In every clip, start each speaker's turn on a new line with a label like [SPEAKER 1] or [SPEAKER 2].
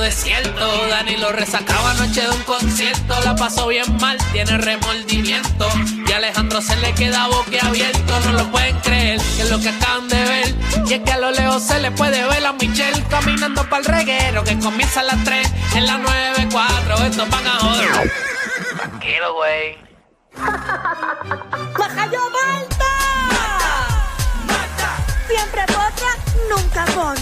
[SPEAKER 1] desierto. Dani lo resacaba anoche de un concierto. La pasó bien mal, tiene remordimiento. Y a Alejandro se le queda boquiabierto. No lo pueden creer, que es lo que acaban de ver. Y es que a lo lejos se le puede ver a Michelle caminando para el reguero que comienza a las 3 en las 9.4. Estos van a joder. Tranquilo, güey.
[SPEAKER 2] ¡Majayo Malta! Siempre potra, nunca pone.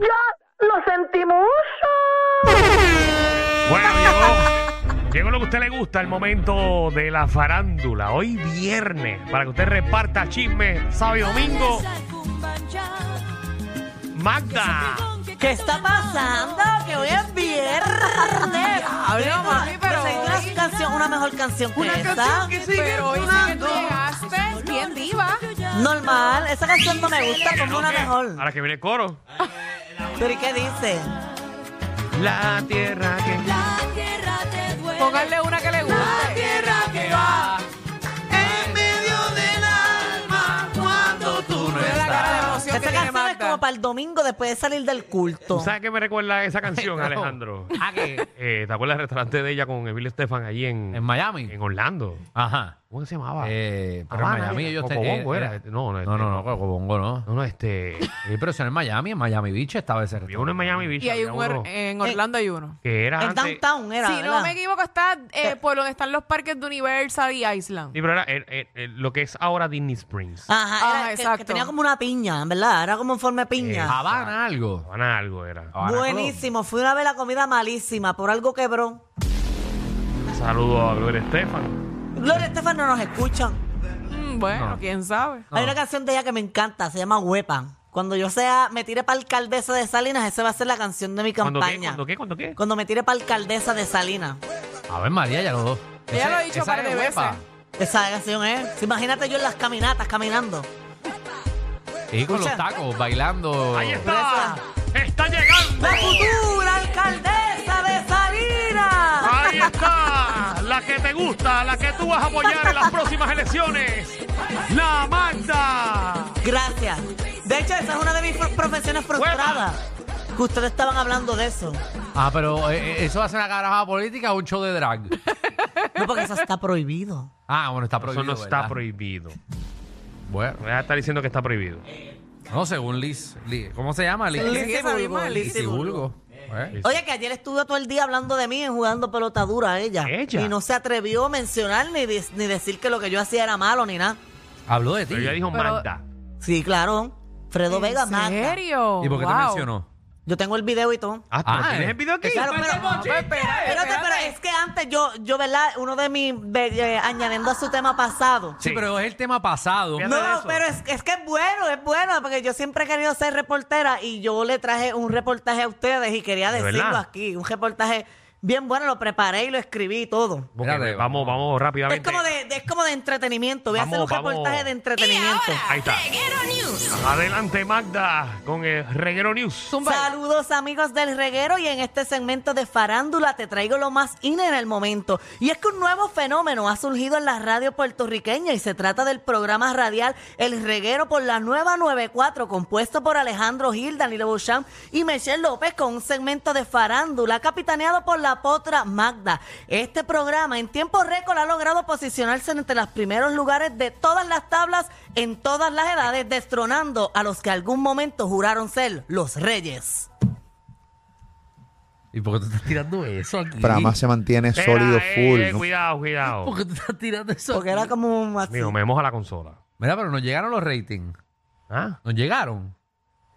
[SPEAKER 2] ¡Ya lo sentimos!
[SPEAKER 3] Bueno, llegó, llegó lo que a usted le gusta, el momento de la farándula. Hoy viernes, para que usted reparta chisme, sábado y domingo. Magda.
[SPEAKER 2] ¿Qué está pasando? Que hoy es viernes. Hablo más. Pero una canción, una mejor canción que esta.
[SPEAKER 4] Pero hoy sí que tú llegaste bien diva.
[SPEAKER 2] Normal. Esa canción no me gusta, como una
[SPEAKER 3] ¿Qué?
[SPEAKER 2] mejor.
[SPEAKER 3] Ahora que viene el coro.
[SPEAKER 2] Pero ¿y qué dice?
[SPEAKER 3] La tierra que.
[SPEAKER 4] Póngale una que le guste. Mira la cara de emoción que
[SPEAKER 2] Esa
[SPEAKER 4] tiene
[SPEAKER 2] canción es como
[SPEAKER 4] Magda.
[SPEAKER 2] para el domingo después de salir del culto.
[SPEAKER 3] ¿Tú sabes qué me recuerda esa canción, Alejandro?
[SPEAKER 5] ¿A qué?
[SPEAKER 3] Eh, ¿Te acuerdas del restaurante de ella con Emilio Estefan allí en,
[SPEAKER 5] ¿En Miami?
[SPEAKER 3] en Ah. Orlando?
[SPEAKER 5] Ajá.
[SPEAKER 3] ¿Cómo que se llamaba?
[SPEAKER 5] Eh, pero
[SPEAKER 3] Habana,
[SPEAKER 5] en Miami
[SPEAKER 3] era,
[SPEAKER 5] ellos
[SPEAKER 3] Coco
[SPEAKER 5] tenían-
[SPEAKER 3] Bongo era,
[SPEAKER 5] era-
[SPEAKER 3] este, no, no, este,
[SPEAKER 5] no, no,
[SPEAKER 3] no.
[SPEAKER 5] no, Coco Bongo no.
[SPEAKER 3] No, no, este.
[SPEAKER 5] Sí, pero eso era en Miami, en Miami Beach estaba ese
[SPEAKER 3] Había uno en Miami Beach.
[SPEAKER 4] Y hay
[SPEAKER 3] había
[SPEAKER 4] un or-
[SPEAKER 3] uno
[SPEAKER 4] en Orlando hay uno.
[SPEAKER 3] que era
[SPEAKER 2] er, eh, El
[SPEAKER 3] antes-
[SPEAKER 2] downtown era,
[SPEAKER 4] Eh, Si no
[SPEAKER 2] ¿verdad?
[SPEAKER 4] me equivoco, está eh, por donde están los parques de Universal y Island.
[SPEAKER 3] Sí, pero era el- el- el- lo que es ahora Disney Springs.
[SPEAKER 2] Ajá,
[SPEAKER 4] Ah,
[SPEAKER 2] era que- que,
[SPEAKER 4] exacto.
[SPEAKER 2] tenía como una piña, ¿verdad? Era como en forma de
[SPEAKER 5] Eh,
[SPEAKER 2] piña.
[SPEAKER 5] Habana algo.
[SPEAKER 3] Habana algo era.
[SPEAKER 5] Habana
[SPEAKER 2] Buenísimo. Fui una vez la comida malísima, por algo quebró.
[SPEAKER 3] Saludos a Gloria Estefan.
[SPEAKER 2] Gloria Estefan no nos escuchan.
[SPEAKER 4] Mm, bueno, quién sabe.
[SPEAKER 5] No.
[SPEAKER 2] Hay una canción de ella que me encanta, se llama Huepa. Cuando yo sea, me tire para alcaldesa de Salinas, esa va a ser la canción de mi
[SPEAKER 3] ¿Cuándo qué?
[SPEAKER 2] campaña.
[SPEAKER 3] ¿Cuándo qué? ¿Cuándo qué?
[SPEAKER 2] Cuando me tire para alcaldesa de Salinas.
[SPEAKER 5] Colo. A ver, María, ya los dos.
[SPEAKER 4] Ella
[SPEAKER 5] Ese-
[SPEAKER 4] lo ha dicho
[SPEAKER 5] esa
[SPEAKER 4] par
[SPEAKER 5] es
[SPEAKER 4] de
[SPEAKER 5] huepa.
[SPEAKER 4] veces.
[SPEAKER 2] Esa canción es. Imagínate yo en las caminatas caminando.
[SPEAKER 5] Y con los
[SPEAKER 2] Escucha.
[SPEAKER 5] tacos, bailando.
[SPEAKER 3] ¡Ahí está! ¡Está llegando!
[SPEAKER 2] ¡La futura alcaldesa de Salinas!
[SPEAKER 3] ¡Ahí está! La que te gusta, la que tú vas a apoyar en las próximas elecciones. ¡La Magda!
[SPEAKER 2] Gracias. De hecho, esa es una de mis fr- profesiones frustradas. Que ustedes estaban hablando de eso.
[SPEAKER 5] Ah, pero eh, eh, eso va a ser una carajada política o un show de drag.
[SPEAKER 2] No, porque eso está prohibido.
[SPEAKER 5] Ah, bueno, está
[SPEAKER 3] Eso
[SPEAKER 5] prohibido.
[SPEAKER 3] no está
[SPEAKER 5] ¿verdad?
[SPEAKER 3] prohibido.
[SPEAKER 5] Bueno,
[SPEAKER 3] Me vas a estar diciendo que está prohibido.
[SPEAKER 5] no, según Liz. Liz- ¿Cómo se llama? Liz.
[SPEAKER 4] Sí, esa misma, Liz.
[SPEAKER 5] Liz y Vulgo. Eh.
[SPEAKER 2] Oye, que ayer estuvo todo el día hablando de mí, jugando pelotadura a ella.
[SPEAKER 3] ¿Ella?
[SPEAKER 2] Y no se atrevió a mencionar ni, de- ni decir que lo que yo hacía era malo ni nada.
[SPEAKER 5] Habló de ti.
[SPEAKER 3] Pero ella dijo
[SPEAKER 4] Pero-
[SPEAKER 3] Magda.
[SPEAKER 2] Sí, claro. Fredo Vega
[SPEAKER 4] ¿En
[SPEAKER 2] Magda.
[SPEAKER 4] serio?
[SPEAKER 5] ¿Y por qué te
[SPEAKER 4] Wow.
[SPEAKER 5] mencionó?
[SPEAKER 2] Yo tengo el video y todo.
[SPEAKER 3] Ah, ¿tú no
[SPEAKER 5] Ah,
[SPEAKER 3] tienes
[SPEAKER 5] eh.
[SPEAKER 3] el video aquí?
[SPEAKER 2] Claro, pero,
[SPEAKER 4] Ah, pues, espérate,
[SPEAKER 2] espérate, pero
[SPEAKER 4] espérate.
[SPEAKER 2] es que antes yo, yo ¿verdad? Uno de mis, de- eh, añadiendo a su tema pasado.
[SPEAKER 5] Sí, pero es el tema pasado.
[SPEAKER 3] Fíjate. de
[SPEAKER 2] No,
[SPEAKER 3] eso.
[SPEAKER 2] pero es, es que es bueno, es bueno, porque yo siempre he querido ser reportera y yo le traje un reportaje a ustedes y quería
[SPEAKER 3] ¿De
[SPEAKER 2] decirlo
[SPEAKER 3] verdad?
[SPEAKER 2] aquí. Un reportaje bien bueno, lo preparé y lo escribí y todo.
[SPEAKER 3] Porque
[SPEAKER 5] Espérate,
[SPEAKER 3] vamos, vamos
[SPEAKER 2] Es
[SPEAKER 3] rápidamente.
[SPEAKER 2] como de, de- es como de entretenimiento, voy a
[SPEAKER 3] Vamos,
[SPEAKER 2] hacer un
[SPEAKER 3] vamos.
[SPEAKER 2] reportaje de entretenimiento.
[SPEAKER 3] Ahí está. Adelante, Magda, con el Reguero News.
[SPEAKER 4] Zumba.
[SPEAKER 2] Saludos amigos del reguero y en este segmento de farándula te traigo lo más in en el momento. Y es que un nuevo fenómeno ha surgido en la radio puertorriqueña y se trata del programa radial El reguero por la nueva 94 compuesto por Alejandro Gil, Danilo Beauchamp y Michelle López con un segmento de farándula capitaneado por la potra Magda. Este programa en tiempo récord ha logrado posicionarse entre los primeros lugares de todas las tablas en todas las edades, destronando a los que algún momento juraron ser los reyes.
[SPEAKER 5] ¿Y por qué tú estás tirando eso aquí?
[SPEAKER 6] Prama se mantiene
[SPEAKER 3] Espera,
[SPEAKER 6] sólido,
[SPEAKER 3] eh,
[SPEAKER 6] full.
[SPEAKER 3] eh,
[SPEAKER 6] ¿no?
[SPEAKER 3] Cuidado, cuidado.
[SPEAKER 5] ¿Por qué tú estás tirando eso
[SPEAKER 2] Porque
[SPEAKER 5] aquí?
[SPEAKER 2] era como un así.
[SPEAKER 3] Mijo, me moja la consola.
[SPEAKER 5] Mira, pero nos llegaron los ratings.
[SPEAKER 3] ¿Ah?
[SPEAKER 5] Nos llegaron.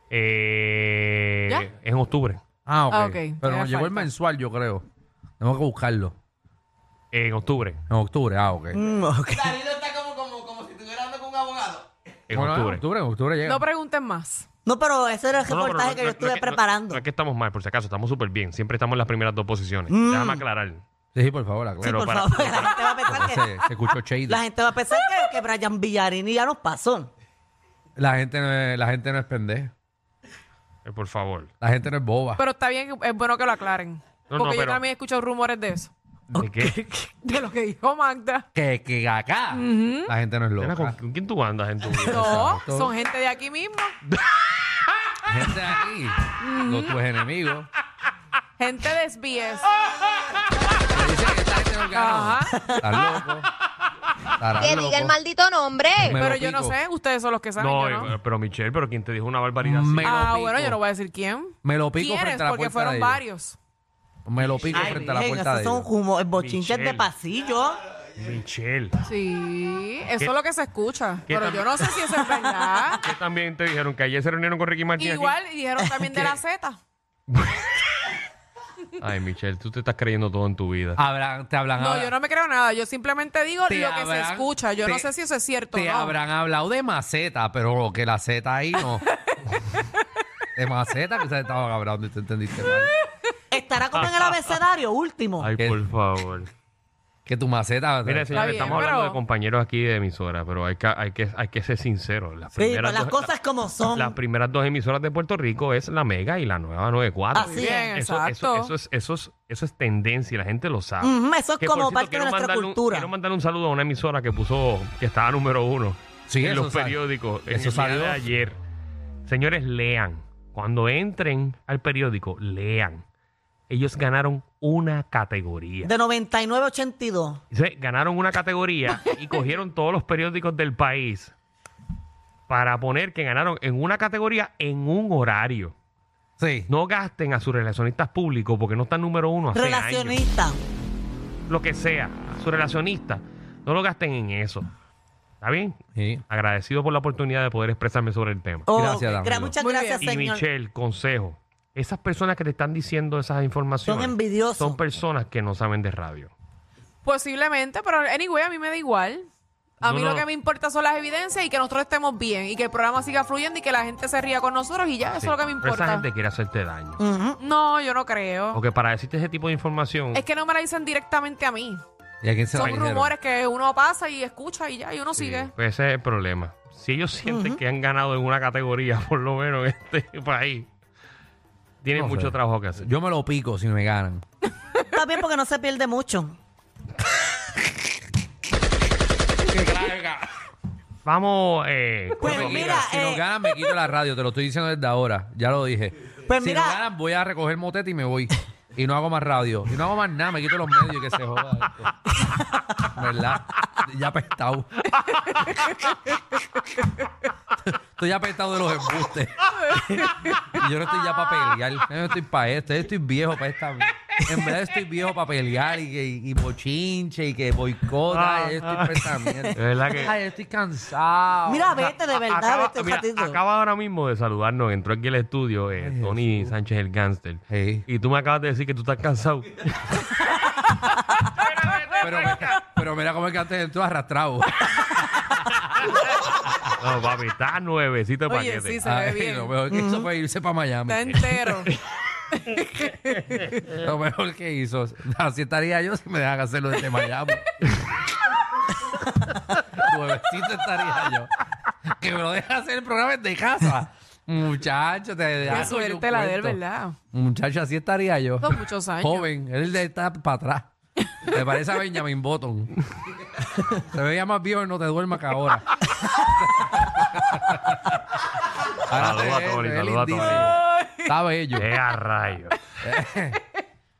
[SPEAKER 3] Eh,
[SPEAKER 4] ¿Ya?
[SPEAKER 3] En octubre.
[SPEAKER 5] Ah, ok.
[SPEAKER 4] Ah, ok.
[SPEAKER 5] Pero
[SPEAKER 4] Todavía
[SPEAKER 5] nos llegó el
[SPEAKER 4] falta.
[SPEAKER 5] mensual, yo creo. Tengo que buscarlo.
[SPEAKER 3] En octubre.
[SPEAKER 5] En octubre, ah, ok. En
[SPEAKER 2] Mm, ok.
[SPEAKER 3] En
[SPEAKER 5] bueno,
[SPEAKER 3] octubre.
[SPEAKER 5] En octubre, en octubre llega.
[SPEAKER 4] No pregunten más.
[SPEAKER 2] No, pero ese era el
[SPEAKER 3] No, no, pero
[SPEAKER 2] reportaje
[SPEAKER 3] no-
[SPEAKER 2] que
[SPEAKER 3] no-
[SPEAKER 2] yo
[SPEAKER 3] no
[SPEAKER 2] estuve
[SPEAKER 3] es que- no-
[SPEAKER 2] preparando.
[SPEAKER 3] No, es que estamos mal, por si acaso, estamos súper bien. Siempre estamos en las primeras dos posiciones.
[SPEAKER 2] Mm.
[SPEAKER 3] Déjame aclarar. eh,
[SPEAKER 5] sí, sí, por favor, la
[SPEAKER 3] pero
[SPEAKER 2] sí, por
[SPEAKER 3] para-
[SPEAKER 2] favor, la gente va a pensar que,
[SPEAKER 5] se, se escuchó shady.
[SPEAKER 2] la
[SPEAKER 5] La,
[SPEAKER 2] gente va a pensar que, que Brian Villarini ya nos pasó.
[SPEAKER 5] gente no es, la gente no es pendeja.
[SPEAKER 3] Eh, por favor.
[SPEAKER 5] La gente no es boba.
[SPEAKER 4] Pero está bien, es bueno que lo aclaren.
[SPEAKER 3] No, no,
[SPEAKER 4] porque yo
[SPEAKER 3] pero-
[SPEAKER 4] también he escuchado rumores de eso.
[SPEAKER 3] ¿De qué?
[SPEAKER 4] De lo que dijo Magda.
[SPEAKER 5] que, que acá. La gente no es
[SPEAKER 3] Nena, ¿con,
[SPEAKER 5] loca.
[SPEAKER 3] con quién tú andas en tu vida?
[SPEAKER 4] No,
[SPEAKER 5] Exacto.
[SPEAKER 4] son gente de aquí mismo.
[SPEAKER 5] gente aquí,
[SPEAKER 4] Mm.
[SPEAKER 5] los tus enemigos,
[SPEAKER 4] Gente de SBS.
[SPEAKER 5] te dicen que esta gente no gana.
[SPEAKER 4] Ajá.
[SPEAKER 5] Estás loco. Estarás
[SPEAKER 6] Que
[SPEAKER 5] loco.
[SPEAKER 6] diga el maldito nombre.
[SPEAKER 5] Me
[SPEAKER 4] Pero
[SPEAKER 5] lo
[SPEAKER 4] yo no
[SPEAKER 5] pico.
[SPEAKER 4] sé, ustedes son los que saben.
[SPEAKER 3] No,
[SPEAKER 4] yo no.
[SPEAKER 3] eh, pero Michelle, pero quien te dijo una barbaridad así?
[SPEAKER 5] Me lo
[SPEAKER 4] Ah,
[SPEAKER 5] pico.
[SPEAKER 4] bueno, yo no voy a decir quién.
[SPEAKER 5] Me lo pico
[SPEAKER 4] ¿Quiénes?
[SPEAKER 5] frente a la
[SPEAKER 4] Porque
[SPEAKER 5] puerta de
[SPEAKER 4] fueron
[SPEAKER 5] ellos.
[SPEAKER 4] varios.
[SPEAKER 5] Me lo pico
[SPEAKER 2] Ay,
[SPEAKER 5] frente a la
[SPEAKER 2] virgen,
[SPEAKER 5] puerta de
[SPEAKER 2] esos son
[SPEAKER 5] ellos.
[SPEAKER 2] humo- bochinches
[SPEAKER 3] Michelle.
[SPEAKER 2] de pasillo.
[SPEAKER 3] Michelle.
[SPEAKER 4] Sí, eso
[SPEAKER 3] ¿Qué-
[SPEAKER 4] es lo que se escucha.
[SPEAKER 3] qué
[SPEAKER 4] Pero
[SPEAKER 3] tan-
[SPEAKER 4] yo no sé si eso es verdad.
[SPEAKER 3] Que también te dijeron que ayer se reunieron con Ricky Martin. aquí? Ah.
[SPEAKER 4] Igual dijeron también de la Z.
[SPEAKER 3] Ay, Michelle, tú te estás creyendo todo en tu vida.
[SPEAKER 5] Habrán- te hablan
[SPEAKER 4] No,
[SPEAKER 5] habrán-
[SPEAKER 4] yo no me creo nada. Yo simplemente digo
[SPEAKER 5] Te
[SPEAKER 4] lo que se
[SPEAKER 5] habrán-
[SPEAKER 4] escucha. Yo
[SPEAKER 5] te-
[SPEAKER 4] no sé si eso es cierto o
[SPEAKER 5] Te
[SPEAKER 4] no.
[SPEAKER 5] habrán hablado de maceta, pero que la Z ahí no. de maceta que se estaban hablando y te entendiste mal.
[SPEAKER 2] Estará como en el abecedario último.
[SPEAKER 3] Ay,
[SPEAKER 5] ¿Qué?
[SPEAKER 3] por favor.
[SPEAKER 5] Que tu maceta.
[SPEAKER 3] Mira, señores,
[SPEAKER 4] bien,
[SPEAKER 3] estamos hablando
[SPEAKER 4] pero-
[SPEAKER 3] de compañeros aquí de emisora, pero hay que, hay que, hay que ser sinceros. Las
[SPEAKER 2] sí, pero
[SPEAKER 3] primeras
[SPEAKER 2] las
[SPEAKER 3] dos-
[SPEAKER 2] cosas como
[SPEAKER 3] la-
[SPEAKER 2] son.
[SPEAKER 3] las primeras dos emisoras de Puerto Rico es la Mega y la Nueva 94.
[SPEAKER 2] Así
[SPEAKER 4] Muy bien,
[SPEAKER 3] Eso,
[SPEAKER 4] exacto.
[SPEAKER 3] eso, eso es, eso, es, eso es tendencia y la gente lo sabe.
[SPEAKER 2] Ujú, eso es
[SPEAKER 3] Que, por
[SPEAKER 2] Mm, como
[SPEAKER 3] cierto,
[SPEAKER 2] parte de
[SPEAKER 3] quiero
[SPEAKER 2] nuestra
[SPEAKER 3] mandarle un-
[SPEAKER 2] cultura.
[SPEAKER 3] quiero mandarle un saludo a una emisora que puso que estaba número uno
[SPEAKER 5] Sí,
[SPEAKER 3] en
[SPEAKER 5] eso
[SPEAKER 3] los
[SPEAKER 5] sale.
[SPEAKER 3] periódicos. en
[SPEAKER 5] Eso
[SPEAKER 3] el día
[SPEAKER 5] salió.
[SPEAKER 3] de ayer. Señores, lean. Cuando entren al periódico, lean. Ellos ganaron una categoría.
[SPEAKER 2] De 99 82.
[SPEAKER 3] Dice, ganaron una categoría y cogieron todos los periódicos del país para poner que ganaron en una categoría en un horario.
[SPEAKER 5] Sí.
[SPEAKER 3] No gasten a sus relacionistas públicos porque no están número uno hace años.
[SPEAKER 2] Relacionista.
[SPEAKER 3] Lo que sea, a su relacionista. No lo gasten en eso. ¿Está bien?
[SPEAKER 5] Sí.
[SPEAKER 3] Agradecido por la oportunidad de poder expresarme sobre el tema.
[SPEAKER 2] Oh,
[SPEAKER 5] Gracias,
[SPEAKER 2] gra-
[SPEAKER 5] Danilo.
[SPEAKER 2] Muchas
[SPEAKER 4] Muy
[SPEAKER 2] gracias,
[SPEAKER 3] Y
[SPEAKER 2] señor.
[SPEAKER 3] Michelle, consejo. Esas personas que te están diciendo esas informaciones
[SPEAKER 2] Son envidiosos.
[SPEAKER 3] son personas que no saben de radio.
[SPEAKER 4] Posiblemente, pero anyway, a mí me da igual. A
[SPEAKER 3] No,
[SPEAKER 4] mí
[SPEAKER 3] no.
[SPEAKER 4] lo que me importa son las evidencias y que nosotros estemos bien y que el programa siga fluyendo y que la gente se ría con nosotros y ya, eso
[SPEAKER 3] Sí.
[SPEAKER 4] es lo que me
[SPEAKER 3] Pero Esa
[SPEAKER 4] importa.
[SPEAKER 3] gente quiere hacerte daño.
[SPEAKER 2] Ujú.
[SPEAKER 4] No, yo no creo.
[SPEAKER 3] Porque para decirte ese tipo de información,
[SPEAKER 4] Es que no me la dicen directamente a mí.
[SPEAKER 5] ¿Y a quién se la
[SPEAKER 4] Son
[SPEAKER 5] dijeron?
[SPEAKER 4] rumores que uno pasa y escucha y ya, y uno
[SPEAKER 3] sí,
[SPEAKER 4] sigue.
[SPEAKER 3] pues ese es el problema. Si ellos sienten que han ganado en una categoría, por lo menos en este país, tienen
[SPEAKER 5] No sé.
[SPEAKER 3] mucho trabajo que hacer.
[SPEAKER 5] Yo me lo pico si me ganan.
[SPEAKER 2] Está bien porque no se pierde mucho.
[SPEAKER 3] Vamos, eh,
[SPEAKER 2] Pues
[SPEAKER 5] No me
[SPEAKER 2] mira,
[SPEAKER 5] quitas. si
[SPEAKER 2] eh,
[SPEAKER 5] nos ganan, me quito la radio. Te lo estoy diciendo desde ahora. Ya lo dije.
[SPEAKER 2] Pues
[SPEAKER 5] si
[SPEAKER 2] mira-
[SPEAKER 5] nos ganan, voy a recoger motete y me voy. Y no hago más radio. Y no hago más nada. Me quito los medios y que se joda esto. ¿Verdad? Ya apestado. estoy apestado de los embustes. y yo no estoy ya para pelear. Yo no estoy para esto. Yo estoy viejo para esta. En verdad, yo estoy viejo para pelear y, que, y bochinche y que boicota. yo estoy para esta mierda.
[SPEAKER 3] Es Ah. verdad que-
[SPEAKER 5] Ay, yo estoy cansado.
[SPEAKER 2] Mira, vete, de verdad,
[SPEAKER 3] acaba,
[SPEAKER 2] vete un
[SPEAKER 3] mira,
[SPEAKER 2] ratito.
[SPEAKER 3] acaba ahora mismo de saludarnos, entró aquí al estudio eh, Tony Sánchez el Gánster.
[SPEAKER 5] Sí.
[SPEAKER 3] Y tú me acabas de decir que tú estás cansado.
[SPEAKER 5] Pero, pero mira cómo es que antes entró arrastrado.
[SPEAKER 3] No, papi, estás nuevecito de
[SPEAKER 4] Oye,
[SPEAKER 3] paquete.
[SPEAKER 4] sí, se ve
[SPEAKER 5] Ay,
[SPEAKER 4] bien. Mm.
[SPEAKER 5] Lo mejor que hizo fue irse para Miami.
[SPEAKER 4] Está entero.
[SPEAKER 5] Lo mejor que hizo. Así estaría yo si me dejan hacerlo desde Miami. Nuevecito estaría yo. Que me lo dejan hacer el programa desde casa. Muchacho, te
[SPEAKER 4] Qué suerte la de él, ¿verdad?
[SPEAKER 5] Muchacho, así estaría yo.
[SPEAKER 4] Son muchos años.
[SPEAKER 5] Joven, él de- está para atrás. Me parece a Benjamin Button. Se veía más viejo y no te duermas que ahora. Ahora te
[SPEAKER 3] Saluda a
[SPEAKER 5] ves,
[SPEAKER 3] Tony,
[SPEAKER 5] te ves
[SPEAKER 3] saluda a Tony.
[SPEAKER 5] lindísimo. Está bello.
[SPEAKER 3] Eh, a rayos.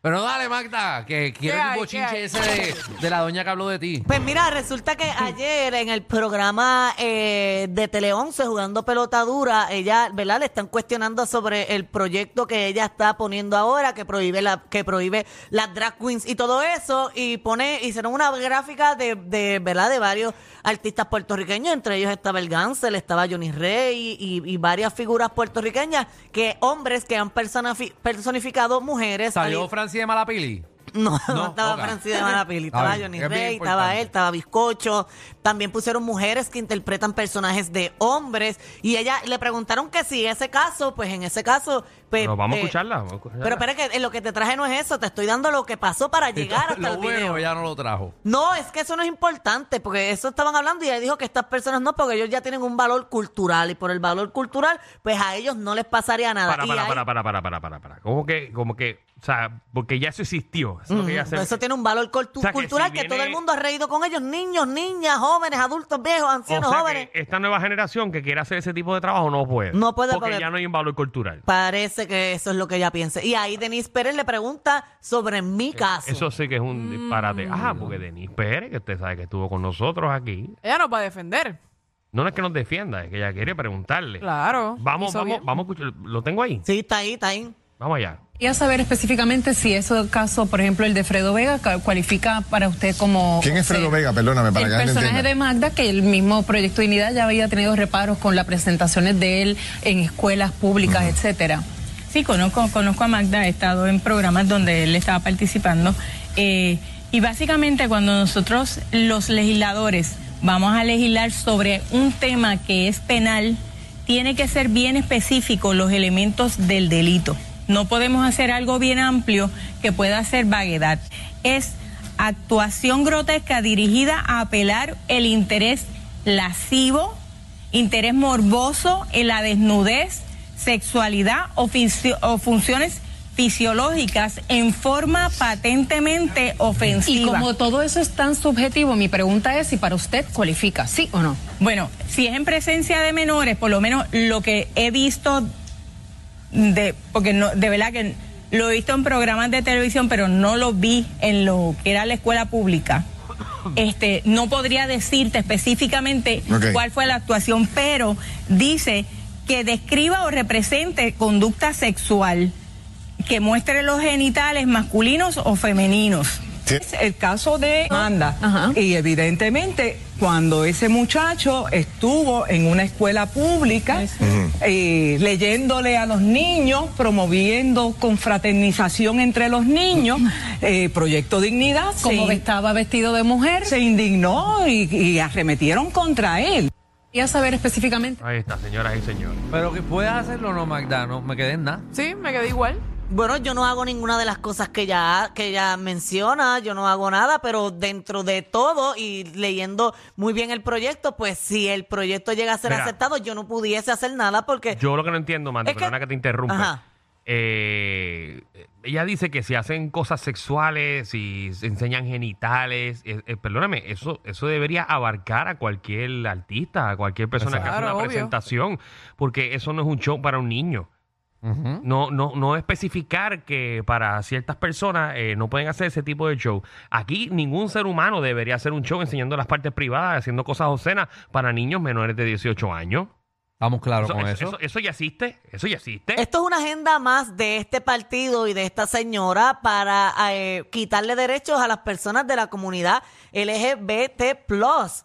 [SPEAKER 5] Pero dale, Magda, que quiero
[SPEAKER 4] hay?
[SPEAKER 5] el
[SPEAKER 4] ¿Qué
[SPEAKER 5] bochinche
[SPEAKER 4] hay?
[SPEAKER 5] ese de, de la doña que habló de ti.
[SPEAKER 2] Pues mira, resulta que ayer en el programa eh, de Tele 11, jugando pelota dura, ella, ¿verdad? Le están cuestionando sobre el proyecto que ella está poniendo ahora, que prohíbe la, que prohíbe las drag queens y todo eso, y pone, hicieron una gráfica de, de ¿verdad? De varios artistas puertorriqueños, entre ellos estaba el Gansel, estaba Johnny Rey y, y varias figuras puertorriqueñas, que hombres que han personafi- personificado mujeres.
[SPEAKER 5] ¿Salió
[SPEAKER 2] al-
[SPEAKER 5] Francis de Malapili?
[SPEAKER 2] no, no,
[SPEAKER 5] No,
[SPEAKER 2] estaba
[SPEAKER 5] ok.
[SPEAKER 2] Francis de Malapili,
[SPEAKER 5] Está
[SPEAKER 2] estaba
[SPEAKER 5] bien,
[SPEAKER 2] Johnny
[SPEAKER 5] es bien
[SPEAKER 2] Rey,
[SPEAKER 5] importante.
[SPEAKER 2] estaba él, estaba Bizcocho. También pusieron mujeres que interpretan personajes de hombres. Y ella le preguntaron que si ese caso, pues en ese caso, Pues,
[SPEAKER 3] Pero vamos a
[SPEAKER 2] eh,
[SPEAKER 3] escucharla. vamos a escucharla.
[SPEAKER 2] Pero espera que eh, lo que te traje no es eso, te estoy dando lo que pasó para llegar hasta
[SPEAKER 5] lo
[SPEAKER 2] el
[SPEAKER 5] bueno
[SPEAKER 2] video.
[SPEAKER 5] ya no lo trajo.
[SPEAKER 2] No, es que eso no es importante, porque eso estaban hablando y ella dijo que estas personas no, porque ellos ya tienen un valor cultural y por el valor cultural, pues a ellos no les pasaría nada.
[SPEAKER 3] para,
[SPEAKER 2] Y
[SPEAKER 3] para,
[SPEAKER 2] ahí-
[SPEAKER 3] para, para, para, para, para, para. Como que, como que, o sea, porque ya eso existió. Eso, es lo que
[SPEAKER 2] Ujú,
[SPEAKER 3] ya se-
[SPEAKER 2] Eso tiene un valor cultu-
[SPEAKER 3] O sea, que
[SPEAKER 2] cultural
[SPEAKER 3] si
[SPEAKER 2] que,
[SPEAKER 3] viene-
[SPEAKER 2] todo el mundo ha reído con ellos, niños, niñas, jóvenes, adultos, viejos,
[SPEAKER 3] o
[SPEAKER 2] ancianos,
[SPEAKER 3] sea,
[SPEAKER 2] jóvenes.
[SPEAKER 3] que eh, esta nueva generación que quiere hacer ese tipo de trabajo no puede.
[SPEAKER 2] No puede
[SPEAKER 3] porque,
[SPEAKER 2] porque-
[SPEAKER 3] ya no hay un valor cultural.
[SPEAKER 2] Parece que eso es lo que ella piensa. Y ahí Denise Pérez le pregunta sobre mi caso.
[SPEAKER 3] Eh, Eso sí que es un disparate.
[SPEAKER 2] Mm.
[SPEAKER 3] Ah, porque Denise Pérez, que usted sabe que estuvo con nosotros aquí,
[SPEAKER 4] Ella nos va a defender.
[SPEAKER 3] no es que nos defienda, es que ella quiere preguntarle.
[SPEAKER 4] Claro.
[SPEAKER 3] Vamos,
[SPEAKER 4] hizo
[SPEAKER 3] vamos,
[SPEAKER 4] bien.
[SPEAKER 3] vamos a escuchar. ¿Lo tengo ahí?
[SPEAKER 2] Sí, está ahí, está ahí.
[SPEAKER 3] Vamos allá.
[SPEAKER 6] Quería saber específicamente si ese caso, por ejemplo, el de Fredo Vega, ca- cualifica para usted como...
[SPEAKER 7] ¿Quién es Fredo Vega? Perdóname, para
[SPEAKER 6] el
[SPEAKER 7] que la gente
[SPEAKER 6] personaje
[SPEAKER 7] entienda.
[SPEAKER 6] de Magda, que el mismo Proyecto Dignidad ya había tenido reparos con las presentaciones de él en escuelas públicas, etcétera.
[SPEAKER 8] Sí, conozco, conozco a Magda, he estado en programas donde él estaba participando. eh, y básicamente cuando nosotros los legisladores vamos a legislar sobre un tema que es penal, tiene que ser bien específico los elementos del delito. No podemos hacer algo bien amplio que pueda ser vaguedad. Es actuación grotesca dirigida a apelar el interés lascivo, interés morboso en la desnudez, sexualidad o, fisio- o funciones fisiológicas en forma patentemente ofensiva.
[SPEAKER 6] Y como todo eso es tan subjetivo, mi pregunta es si para usted cualifica, ¿sí o no?
[SPEAKER 8] Bueno, si es en presencia de menores, por lo menos lo que he visto de, porque no, de verdad que lo he visto en programas de televisión, pero no lo vi en lo que era la escuela pública. Este, no podría decirte específicamente
[SPEAKER 7] Ok.
[SPEAKER 8] cuál fue la actuación, pero dice que describa o represente conducta sexual que muestre los genitales masculinos o femeninos.
[SPEAKER 7] Sí.
[SPEAKER 8] Es el caso de
[SPEAKER 9] Manda.
[SPEAKER 6] Ajá.
[SPEAKER 9] Y evidentemente, cuando ese muchacho estuvo en una escuela pública, eh, leyéndole a los niños, promoviendo confraternización entre los niños, eh, Proyecto Dignidad,
[SPEAKER 6] Como
[SPEAKER 9] se,
[SPEAKER 6] estaba vestido de mujer,
[SPEAKER 9] se indignó y, y arremetieron contra él.
[SPEAKER 6] quería saber específicamente...
[SPEAKER 3] Ahí está, señoras y señores.
[SPEAKER 5] Pero que puedas hacerlo o no, Magda, no me quedé en nada.
[SPEAKER 4] Sí, me quedé igual.
[SPEAKER 2] Bueno, yo no hago ninguna de las cosas que ella, que ella menciona, yo no hago nada, pero dentro de todo y leyendo muy bien el proyecto, pues si el proyecto llega a ser
[SPEAKER 3] Mira.
[SPEAKER 2] aceptado, yo no pudiese hacer nada porque...
[SPEAKER 3] Yo lo que no entiendo, Mandy,
[SPEAKER 2] Es que-
[SPEAKER 3] perdona que... te interrumpa.
[SPEAKER 2] Ajá.
[SPEAKER 3] Eh, ella dice que si hacen cosas sexuales, si se enseñan genitales, eh, eh, perdóname, eso, eso debería abarcar a cualquier artista, a cualquier persona que hace
[SPEAKER 4] Claro,
[SPEAKER 3] una
[SPEAKER 4] obvio.
[SPEAKER 3] presentación, porque eso no es un show para un niño.
[SPEAKER 5] Ujú.
[SPEAKER 3] No, no, no especificar que para ciertas personas eh, no pueden hacer ese tipo de show. Aquí ningún ser humano debería hacer un show enseñando las partes privadas, haciendo cosas obscenas para niños menores de 18 años.
[SPEAKER 5] Estamos claros
[SPEAKER 3] Eso,
[SPEAKER 5] con
[SPEAKER 3] eso-
[SPEAKER 5] eso.
[SPEAKER 3] eso- eso ya existe, eso ya existe.
[SPEAKER 2] Esto es una agenda más de este partido y de esta señora para eh, quitarle derechos a las personas de la comunidad LGBT+.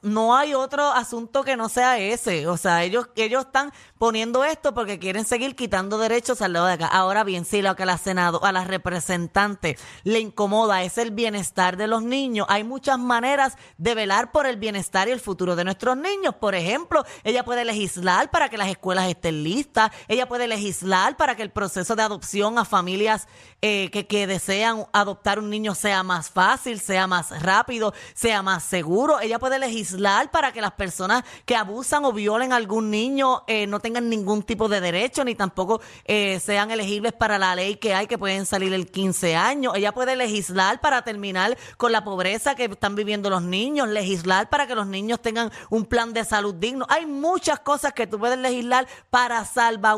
[SPEAKER 2] No hay otro asunto que no sea ese. O sea, ellos, ellos están poniendo esto porque quieren seguir quitando derechos al lado de acá. Ahora bien, sí, lo que a la Senado, a la representante le incomoda es el bienestar de los niños. Hay muchas maneras de velar por el bienestar y el futuro de nuestros niños. Por ejemplo, ella puede legislar para que las escuelas estén listas, ella puede legislar para que el proceso de adopción a familias eh, que, que desean adoptar un niño sea más fácil, sea más rápido, sea más seguro. Ella puede legislar para que las personas que abusan o violen a algún niño eh, no tengan ningún tipo de derecho ni tampoco eh, sean elegibles para la ley que hay que pueden salir el 15 años. Ella puede legislar para terminar con la pobreza que están viviendo los niños, legislar para que los niños tengan un plan de salud digno. Hay muchas cosas que tú puedes legislar para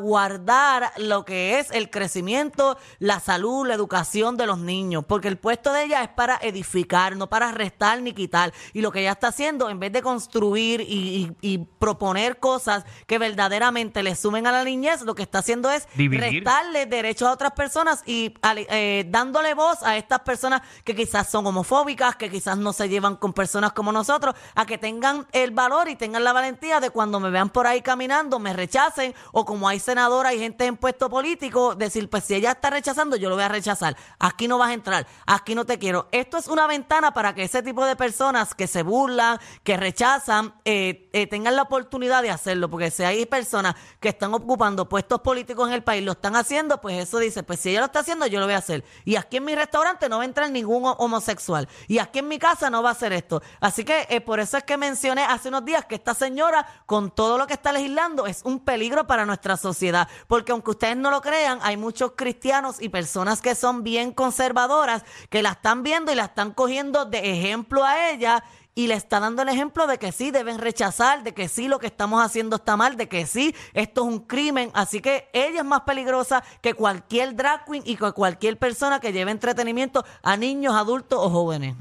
[SPEAKER 2] salvaguardar lo que es el crecimiento, la salud, la educación de los niños, porque el puesto de ella es para edificar, no para restar ni quitar. Y lo que ella está haciendo, en vez de construir y, y- y proponer cosas que verdaderamente le sumen a la niñez, lo que está haciendo es
[SPEAKER 3] Dividir.
[SPEAKER 2] restar darle derechos a otras personas y ale- eh, dándole voz a estas personas que quizás son homofóbicas, que quizás no se llevan con personas como nosotros, a que tengan el valor y tengan la valentía de cuando me vean por ahí caminando. rechazando, me rechacen, o como hay senadora y gente en puesto político, decir, pues si ella está rechazando, yo lo voy a rechazar. Aquí no vas a entrar, aquí no te quiero. Esto es una ventana para que ese tipo de personas que se burlan, que rechazan, eh, eh, tengan la oportunidad de hacerlo, porque si hay personas que están ocupando puestos políticos en el país, lo están haciendo, pues eso dice, pues si ella lo está haciendo, yo lo voy a hacer. Y aquí en mi restaurante no va a entrar ningún ho- homosexual. Y aquí en mi casa no va a hacer esto. Así que eh, por eso es que mencioné hace unos días que esta señora, con todo lo que está legislando, es un peligro para nuestra sociedad. Porque aunque ustedes no lo crean, hay muchos cristianos y personas que son bien conservadoras que la están viendo y la están cogiendo de ejemplo a ella. Y le está dando el ejemplo de que sí deben rechazar, de que sí lo que estamos haciendo está mal, de que sí esto es un crimen. Así que ella es más peligrosa que cualquier drag queen y que cualquier persona que lleve entretenimiento a niños, adultos o jóvenes.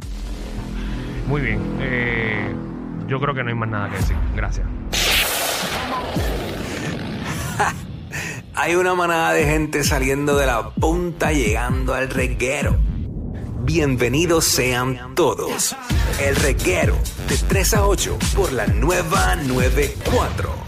[SPEAKER 3] Muy bien. eh, yo creo que no hay más nada que decir. Gracias.
[SPEAKER 7] Hay una manada de gente saliendo de la punta llegando al reguero. Bienvenidos sean todos. El reguero de 3 a 8 por la nueva 94.